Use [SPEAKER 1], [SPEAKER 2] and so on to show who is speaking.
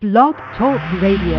[SPEAKER 1] Blog Talk Radio.